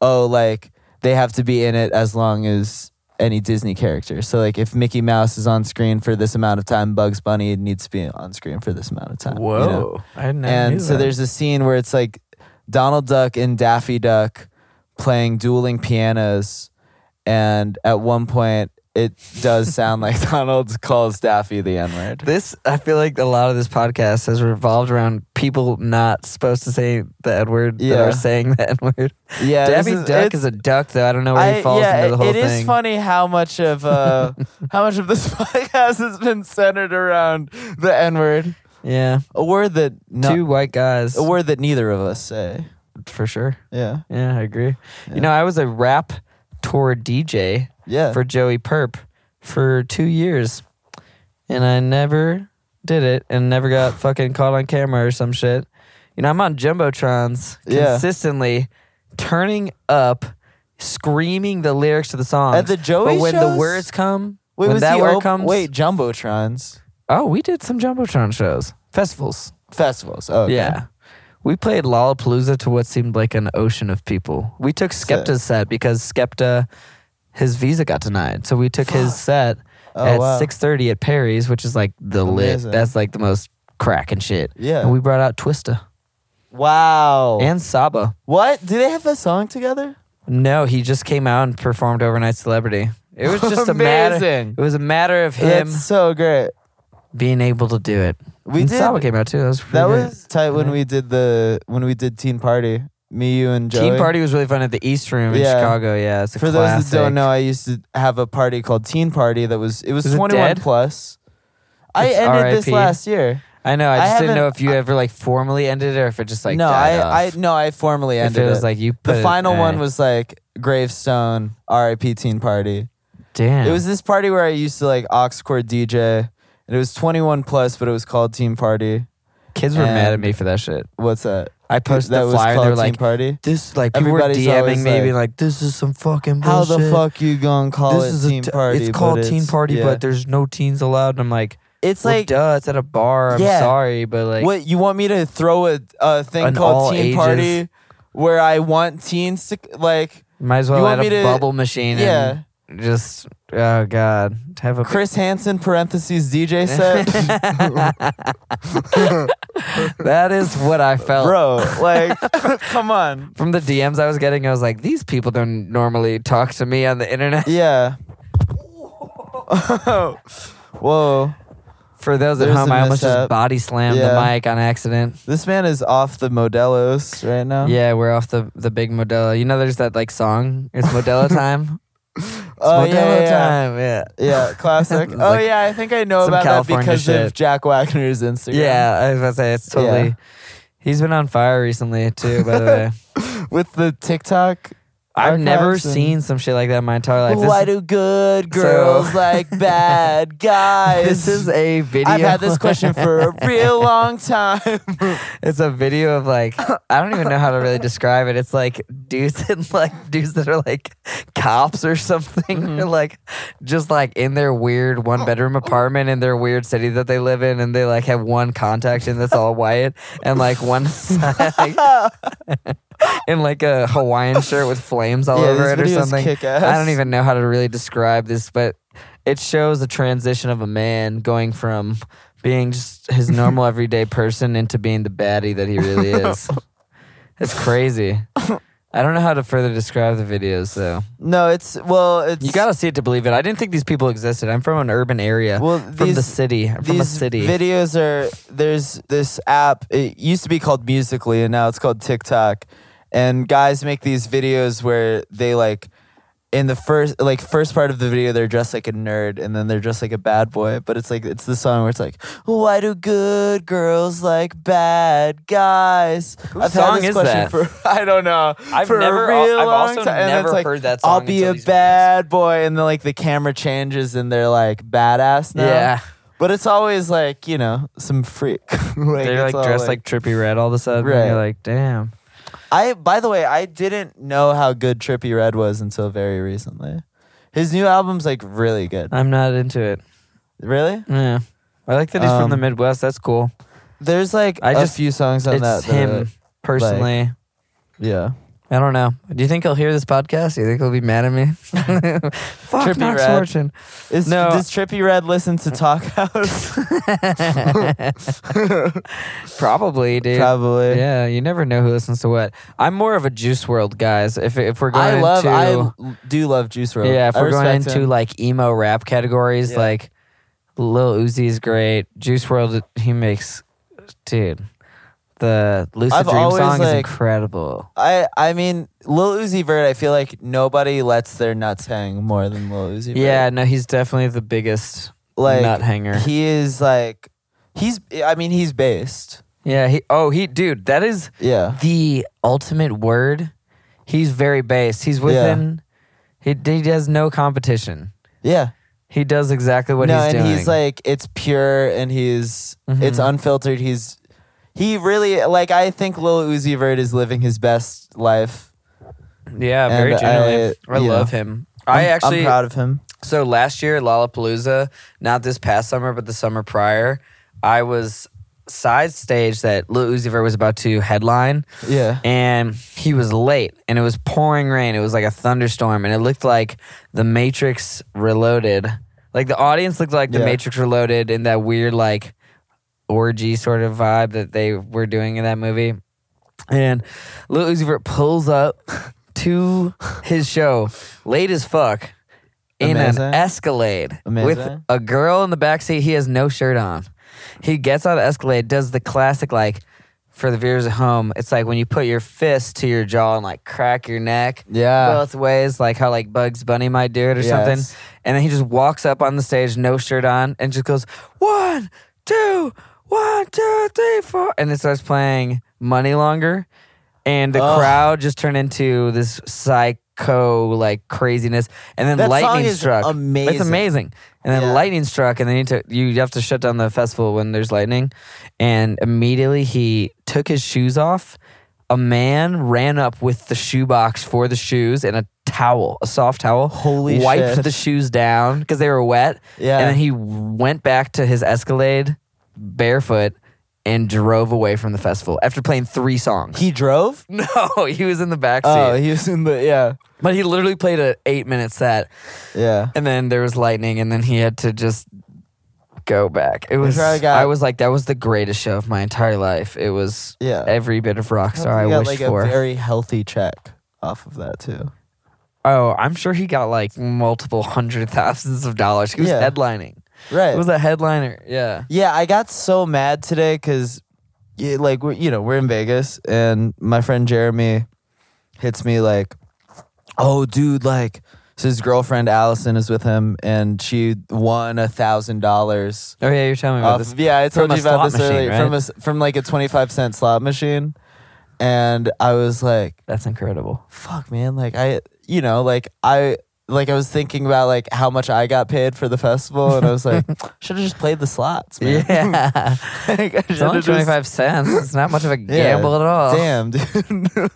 S10: oh, like they have to be in it as long as any Disney character. So like if Mickey Mouse is on screen for this amount of time, Bugs Bunny needs to be on screen for this amount of time. you know?
S9: I didn't know.
S10: and so there's a scene where it's like Donald Duck and Daffy Duck playing dueling pianos, and at one point it does sound like Donald calls Daffy the N word.
S9: this. I feel like a lot of this podcast has revolved around people not supposed to say the N word that
S10: Yeah.
S9: are saying the N word.
S10: Yeah, this
S9: Daffy Duck
S10: it's-
S9: is a duck, though. I don't know where he
S10: I-
S9: falls
S10: yeah,
S9: into the whole
S10: it-
S9: thing.
S10: It is funny how much of uh, how much of this podcast has been centered around the N word,
S9: Yeah,
S10: a word that no,
S9: two white guys
S10: a word that neither of us say.
S9: for sure.
S10: Yeah,
S9: Yeah, I agree. You know, I was a rap tour DJ
S10: yeah.
S9: for Joey Perp for two years, and I never did it, and never got fucking caught on camera or some shit. You know, I'm on jumbotrons
S10: Yeah.
S9: consistently, turning up, screaming the lyrics to the songs.
S10: At the Joey
S9: but when
S10: shows?
S9: the words come,
S10: Wait,
S9: when
S10: was
S9: that
S10: he
S9: word
S10: op-
S9: comes,
S10: wait, jumbotrons,
S9: Oh, we did some jumbotron shows, festivals.
S10: festivals. Oh, okay.
S9: Yeah. We played Lollapalooza to what seemed like an ocean of people. We took Skepta's set because Skepta, his visa got denied. So we took his set
S10: Oh,
S9: at
S10: wow.
S9: 6.30 at Perry's, which is like the
S10: Amazing.
S9: lit. That's like the most crack and shit.
S10: Yeah.
S9: And we brought out Twista
S10: Wow.
S9: and Saba.
S10: What? Do they have a song together?
S9: No, he just came out and performed Overnight Celebrity. It was just a matter.
S10: Amazing.
S9: It was a matter of him
S10: That's so great.
S9: being able to do it.
S10: We
S9: and
S10: did-
S9: Saba came out too. That was
S10: That
S9: pretty great.
S10: was tight when we did the when we did Teen Party. Me, you, and Joey.
S9: Teen Party was really fun at the East Room in
S10: Yeah.
S9: Chicago. Yeah, it's a
S10: For
S9: classic.
S10: those that don't know, I used to have a party called Teen Party that was it was,
S9: Is it
S10: 21
S9: dead?
S10: plus. I
S9: It's
S10: ended this
S9: RIP.
S10: last year.
S9: I know. I
S10: I
S9: just didn't know
S10: haven't-
S9: if you ever like formally ended it or if it just like
S10: no,
S9: died
S10: I,
S9: off.
S10: I no, I formally
S9: if
S10: ended
S9: it was like you. Put
S10: the
S9: it-
S10: final
S9: all
S10: one
S9: right.
S10: was like Gravestone R.I.P. Teen Party.
S9: damn.
S10: It was this party where I used to like Oxcord DJ, and it was 21 plus, but it was called Teen Party.
S9: kids were mad at
S10: and-
S9: me for that shit.
S10: What's that?
S9: I posted
S10: that
S9: the
S10: was
S9: flyer and they
S10: called
S9: were
S10: Teen
S9: like,
S10: Party.
S9: "This like people were
S10: Everybody's
S9: DMing me,
S10: always
S9: being
S10: like,
S9: like, this is some fucking
S10: How
S9: bullshit.
S10: the fuck you gonna call
S9: This
S10: it
S9: is a
S10: Teen
S9: t-
S10: Party?
S9: It's
S10: but
S9: called Teen Party,
S10: yeah.
S9: but there's no teens allowed." And I'm like,
S10: it's
S9: well,
S10: like
S9: duh, it's at a bar. I'm
S10: Yeah.
S9: sorry, but like,
S10: what you want me to throw a, a thing
S9: An all
S10: called Teen
S9: ages-
S10: Party where I want teens to like
S9: might as
S10: you
S9: well
S10: want
S9: add
S10: me
S9: a
S10: to-
S9: bubble machine.
S10: Yeah.
S9: and just oh god, have a
S10: Chris Hansen parentheses DJ set,
S9: That is what I felt.
S10: bro. Like, come on,
S9: from the DMs I was getting, I was like, these people don't normally talk to me on the internet.
S10: yeah. Whoa.
S9: For those at
S10: There's
S9: home,
S10: a
S9: I almost
S10: mishap.
S9: just body slammed the
S10: Yeah.
S9: mic on accident.
S10: This man is off the Modelo's right now.
S9: Yeah, we're off the, the big Modelo. You know, there's that like song. It's Modelo time. It's
S10: Oh,
S9: Modelo
S10: yeah, yeah, yeah.
S9: time. Yeah.
S10: Yeah, classic. oh
S9: It's like
S10: yeah, I think I know
S9: some
S10: about
S9: California
S10: that because of
S9: shit.
S10: Jack Wagner's Instagram.
S9: Yeah, I was about to say it's totally. He's been on fire recently too. By the way,
S10: with the TikTok.
S9: I've never
S10: archives and-
S9: seen some shit like that in my entire life. This-
S10: Why do good girls
S9: So-
S10: like bad guys?
S9: this is a video.
S10: I've had this question for a real long time.
S9: It's a video of like I don't even know how to really describe it. It's like dudes in like dudes that are like cops or something. They're like just like in their weird one bedroom apartment in their weird city that they live in, and they like have one contact and that's all white, and like one side in like a Hawaiian shirt with flames all
S10: Yeah,
S9: over it
S10: these
S9: or
S10: videos
S9: something.
S10: kick ass.
S9: I don't even know how to really describe this, but it shows the transition of a man going from being just his normal everyday person into being the baddie that he really is. It's crazy. I don't know how to further describe the videos though.
S10: No, it's well, it's
S9: You gotta see it to believe it. I didn't think these people existed. I'm from an urban area.
S10: Well,
S9: from the
S10: these-
S9: city. I'm from a
S10: these
S9: city.
S10: videos are there's this app. It used to be called Musically, and now it's called TikTok. And guys make these videos where they like in the first like first part of the video they're dressed like a nerd and then they're dressed like a bad boy but it's like it's the song where it's like why do good girls like bad guys i've
S9: song
S10: had this
S9: is
S10: question
S9: that?
S10: for i don't know
S9: I've
S10: for
S9: never-
S10: a real
S9: I've
S10: long
S9: also
S10: time. And
S9: never
S10: it's like,
S9: heard that
S10: i'll
S9: song
S10: be
S9: until
S10: a
S9: these videos.
S10: bad boy and then like the camera changes and they're like badass now
S9: Yeah.
S10: but it's always like you know some freak like,
S9: They're
S10: it's
S9: like
S10: all,
S9: dressed like, Trippy Red all of a sudden. and
S10: Right.
S9: You're like, damn.
S10: I by the way, I didn't know how good Trippy Red was until very recently. His new album's like really good.
S9: I'm not into it.
S10: Really?
S9: Yeah. I like that he's
S10: Um,
S9: from the Midwest. That's cool.
S10: There's like
S9: I
S10: a
S9: just-
S10: few songs on
S9: It's
S10: that. that
S9: him
S10: are-
S9: personally.
S10: yeah.
S9: I don't know. Do you think he'll hear this podcast? Do you think he'll be mad at me? Fuck
S10: Trippy
S9: Knox
S10: Red.
S9: Fortune.
S10: Is,
S9: No.
S10: Does Trippy Red listen to Talk House?
S9: Probably, dude.
S10: Probably.
S9: Yeah, you never know who listens to what. I'm more of a Juice World guys. If if we're going
S10: I love.
S9: into,
S10: I l- do love Juice WRLD.
S9: yeah, if
S10: I
S9: we're going
S10: respect
S9: into
S10: him.
S9: like emo rap categories, like Lil Uzi is great. Juice World, he makes, dude. The Lucid
S10: I've
S9: Dream
S10: always,
S9: song is
S10: like-
S9: incredible.
S10: I I mean Lil Uzi Vert. I feel like nobody lets their nuts hang more than Lil Uzi. Vert.
S9: Yeah, no, he's definitely the biggest
S10: like
S9: nut hanger.
S10: He is like, he's. I mean, he's based.
S9: yeah, he. Oh, he, dude, that is.
S10: Yeah.
S9: the ultimate word. He's very based. He's within. He, he has no competition.
S10: Yeah.
S9: He does exactly what
S10: no,
S9: he's
S10: and
S9: doing. Mm-hmm.
S10: he's like it's pure and he's it's unfiltered. He's he really like I think Lil Uzi Vert is living his best life.
S9: yeah, very
S10: and
S9: genuine.
S10: I-
S9: I,
S10: you
S9: love
S10: know,
S9: him. I
S10: I'm-
S9: actually
S10: I'm proud of him.
S9: so last year at Lollapalooza, not this past summer, but the summer prior, I was side stage that Lil Uzi Vert was about to headline.
S10: Yeah.
S9: and he was late and it was pouring rain it was like a thunderstorm and it looked like the matrix reloaded like the audience looked like the
S10: Yeah.
S9: matrix reloaded in that weird like orgy sort of vibe that they were doing in that movie and Lil Uzi Vert pulls up to his show late as fuck in
S10: Amazing.
S9: an Escalade with
S10: Amazing.
S9: a girl in the backseat. He has no shirt on. He gets out of the Escalade, does the classic like for the viewers at home. It's like when you put your fist to your jaw and like crack your neck
S10: Yeah.
S9: both ways, like how like Bugs Bunny might do it or
S10: Yes.
S9: something. And then he just walks up on the stage, no shirt on, and just goes one, two, one, two, three, four, and it starts playing Money Longer, and the
S10: Ugh.
S9: crowd just turned into this psycho like craziness. And then
S10: That
S9: lightning
S10: song is
S9: struck.
S10: amazing.
S9: It's amazing. And then
S10: Yeah.
S9: lightning struck, and they need to you have to shut down the festival when there's lightning. And immediately he took his shoes off. A man ran up with the shoebox for the shoes and a towel, a soft towel.
S10: Holy
S9: wiped
S10: shit.
S9: the shoes down because they were wet.
S10: Yeah.
S9: And then he went back to his Escalade barefoot and drove away from the festival after playing three songs.
S10: He drove?
S9: no, he was in the backseat.
S10: Oh, he was in the yeah.
S9: but he literally played an eight minute set.
S10: Yeah.
S9: And then there was lightning, and then he had to just go back. It was.
S10: probably got-
S9: I was like, that was the greatest show of my entire life. It was
S10: Yeah.
S9: every bit of Rockstar I
S10: he got
S9: wished
S10: like
S9: for.
S10: a very healthy check off of that too.
S9: oh, I'm sure he got like multiple hundred thousands of dollars. He was
S10: Yeah.
S9: headlining.
S10: Right.
S9: It was a headliner. Yeah.
S10: Yeah, I got so mad today because, like, we're, you know, we're in Vegas and my friend Jeremy hits me like, oh, dude, like, so his girlfriend Allison is with him and she won a thousand dollars.
S9: Oh yeah, you're telling me about
S10: off-
S9: this.
S10: Yeah, I told
S9: From a
S10: you about
S9: slot
S10: this
S9: machine,
S10: earlier. From
S9: right?
S10: a s from like a twenty five cent slot machine, and I was like,
S9: That's incredible.
S10: fuck man like i you know like i like i was thinking about like how much i got paid for the festival and i was like should have just played the slots man
S9: Yeah.
S10: Like, I
S9: It's only
S10: should've just-
S9: 25 cents. It's not much of a
S10: Yeah.
S9: gamble at all.
S10: damn dude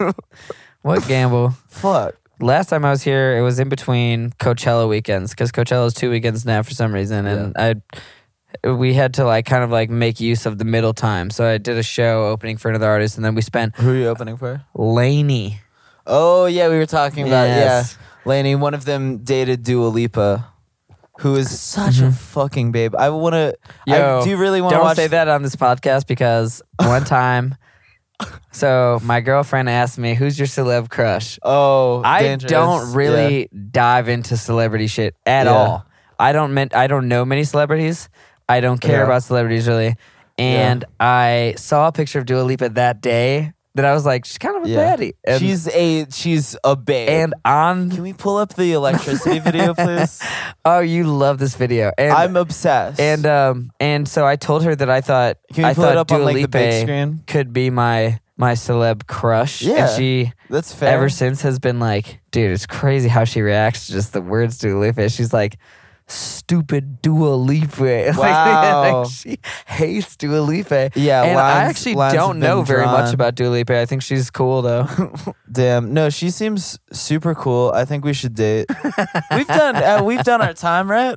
S9: What gamble?
S10: fuck
S9: Last time I was here, it was in between Coachella weekends because Coachella is two weekends now for some reason, and I we had to like kind of like make use of the middle time. So I did a show opening for another artist, and then we spent
S10: who are you opening for
S9: Laney.
S10: oh yeah we were talking about
S9: Yes.
S10: yeah laney one of them dated dua lipa who is such a fucking babe i want to i
S9: Mm-hmm. Yo,
S10: do really want to
S9: don't
S10: watch
S9: say that on this podcast because one time, so my girlfriend asked me, "Who's your celeb crush?"
S10: oh
S9: I
S10: Dangerous.
S9: don't
S10: Yeah.
S9: really dive into celebrity shit at
S10: Yeah.
S9: all. I don't meant I don't know many celebrities. I don't care
S10: Yeah.
S9: about celebrities really. And I saw a picture of Dua Lipa that day that I was like, she's kind of a
S10: Yeah.
S9: baddie. And,
S10: she's a she's a babe.
S9: and on.
S10: can we pull up the electricity video, please?
S9: Oh, you love this video. And,
S10: I'm obsessed.
S9: and um and so I told her that I thought
S10: Can you
S9: I
S10: pull it
S9: thought
S10: up
S9: Dua
S10: on, like, the big
S9: Lipa
S10: screen?
S9: could be my my celeb crush.
S10: Yeah.
S9: And she
S10: that's fair.
S9: ever since has been like, dude, it's crazy how she reacts to just the words Dua Lipa. She's like, stupid Dua Lipa. Like,
S10: Wow.
S9: like, she hates Dua Lipa.
S10: Yeah,
S9: and I
S10: lines-
S9: actually
S10: lines have
S9: don't know
S10: been
S9: very much
S10: drawn.
S9: about Dua Lipa. I think she's cool though.
S10: Damn. No, she seems super cool. I think we should date. we've done uh, we've done our time, right?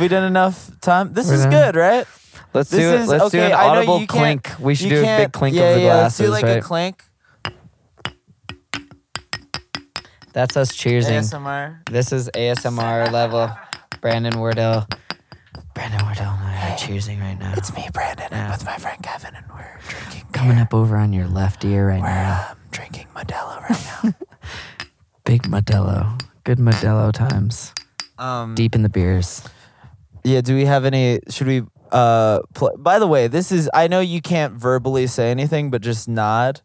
S10: We done enough time. This
S9: We're
S10: is
S9: done.
S10: good, right?
S9: let's
S10: This
S9: do it.
S10: is
S9: Let's
S10: okay.
S9: do an
S10: I know
S9: audible
S10: you can't-
S9: clink. We should
S10: you
S9: do a big
S10: can't-
S9: clink
S10: yeah,
S9: of the
S10: yeah,
S9: glasses,
S10: Let's do like
S9: right?
S10: a clink.
S9: That's us cheersing.
S10: ASMR.
S9: This is ASMR level. Brandon Wardell. Brandon Wardell and I are cheersing right now.
S10: It's me, Brandon, and with my friend Kevin, and we're drinking.
S9: coming up over on your left ear right now.
S10: I'm drinking Modelo right
S9: Big Modelo. Good Modelo times.
S10: now. um,
S9: Deep in the beers.
S10: Yeah, do we have any should we uh pl- by the way, this is I know you can't verbally say anything but just nod.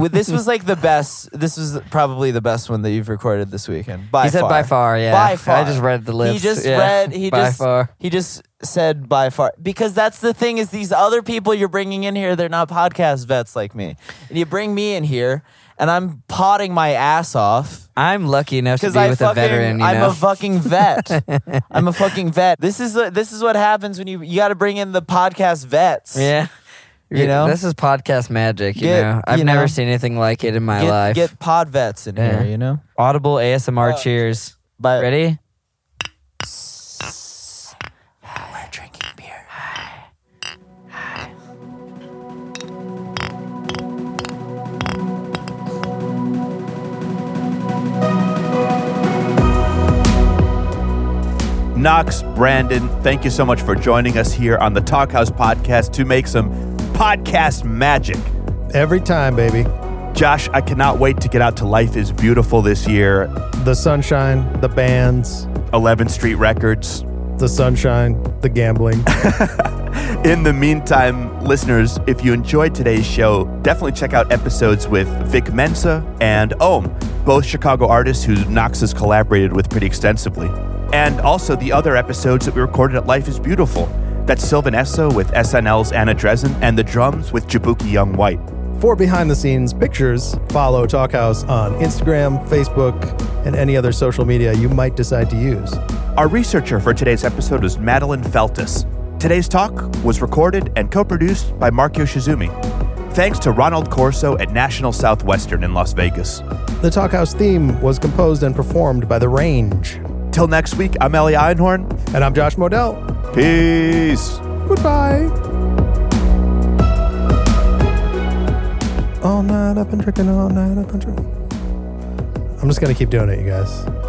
S10: With- this was like the best this was probably the best one that you've recorded this weekend. By
S9: He said
S10: far.
S9: by far, yeah.
S10: By far.
S9: I just read the
S10: He
S9: lips,
S10: just
S9: yeah.
S10: read he
S9: By
S10: just
S9: far.
S10: he just said by far because that's the thing is these other people you're bringing in here they're not podcast vets like me. And you bring me in here and I'm potting my ass off.
S9: I'm lucky enough to
S10: Because
S9: be
S10: I
S9: with
S10: fucking,
S9: a veteran, you
S10: I'm
S9: know.
S10: a fucking vet. I'm a fucking vet. This is this is what happens when you you got to bring in the podcast vets.
S9: yeah.
S10: You know?
S9: This is podcast magic, you
S10: Get-
S9: know. I've
S10: you
S9: never
S10: know.
S9: seen anything like it in my
S10: get,
S9: life.
S10: get pod vets in
S9: Yeah.
S10: here. You know,
S9: Audible ASMR cheers.
S10: but
S9: Ready?
S10: we're drinking beer.
S6: Knox, Brandon, thank you so much for joining us here on the Talk House podcast to make some podcast magic.
S4: Every time, baby.
S6: Josh, I cannot wait to get out to Life is Beautiful this year,
S4: The sunshine, the bands,
S6: 11th Street Records.
S4: the sunshine, the gambling.
S6: In the meantime, listeners, if you enjoyed today's show, definitely check out episodes with Vic Mensa and Ohm, both Chicago artists who Knox has collaborated with pretty extensively. And also the other episodes that we recorded at Life is Beautiful. That's Sylvan Esso with SNL's Anna Dresden and the drums with Jabuki Young White.
S4: For behind the scenes pictures, follow Talkhouse on Instagram, Facebook, and any other social media you might decide to use.
S6: Our researcher for today's episode was Madeline Feltus. Today's talk was recorded and co produced by Mark Yoshizumi. Thanks to Ronald Corso at National Southwestern in Las Vegas.
S4: The Talkhouse theme was composed and performed by The Range.
S6: Till next week, I'm Ellie Einhorn.
S4: And I'm Josh Modell.
S6: Peace.
S4: Goodbye. All night I've been drinking, all night I've been drinking. I'm just going to keep doing it, you guys.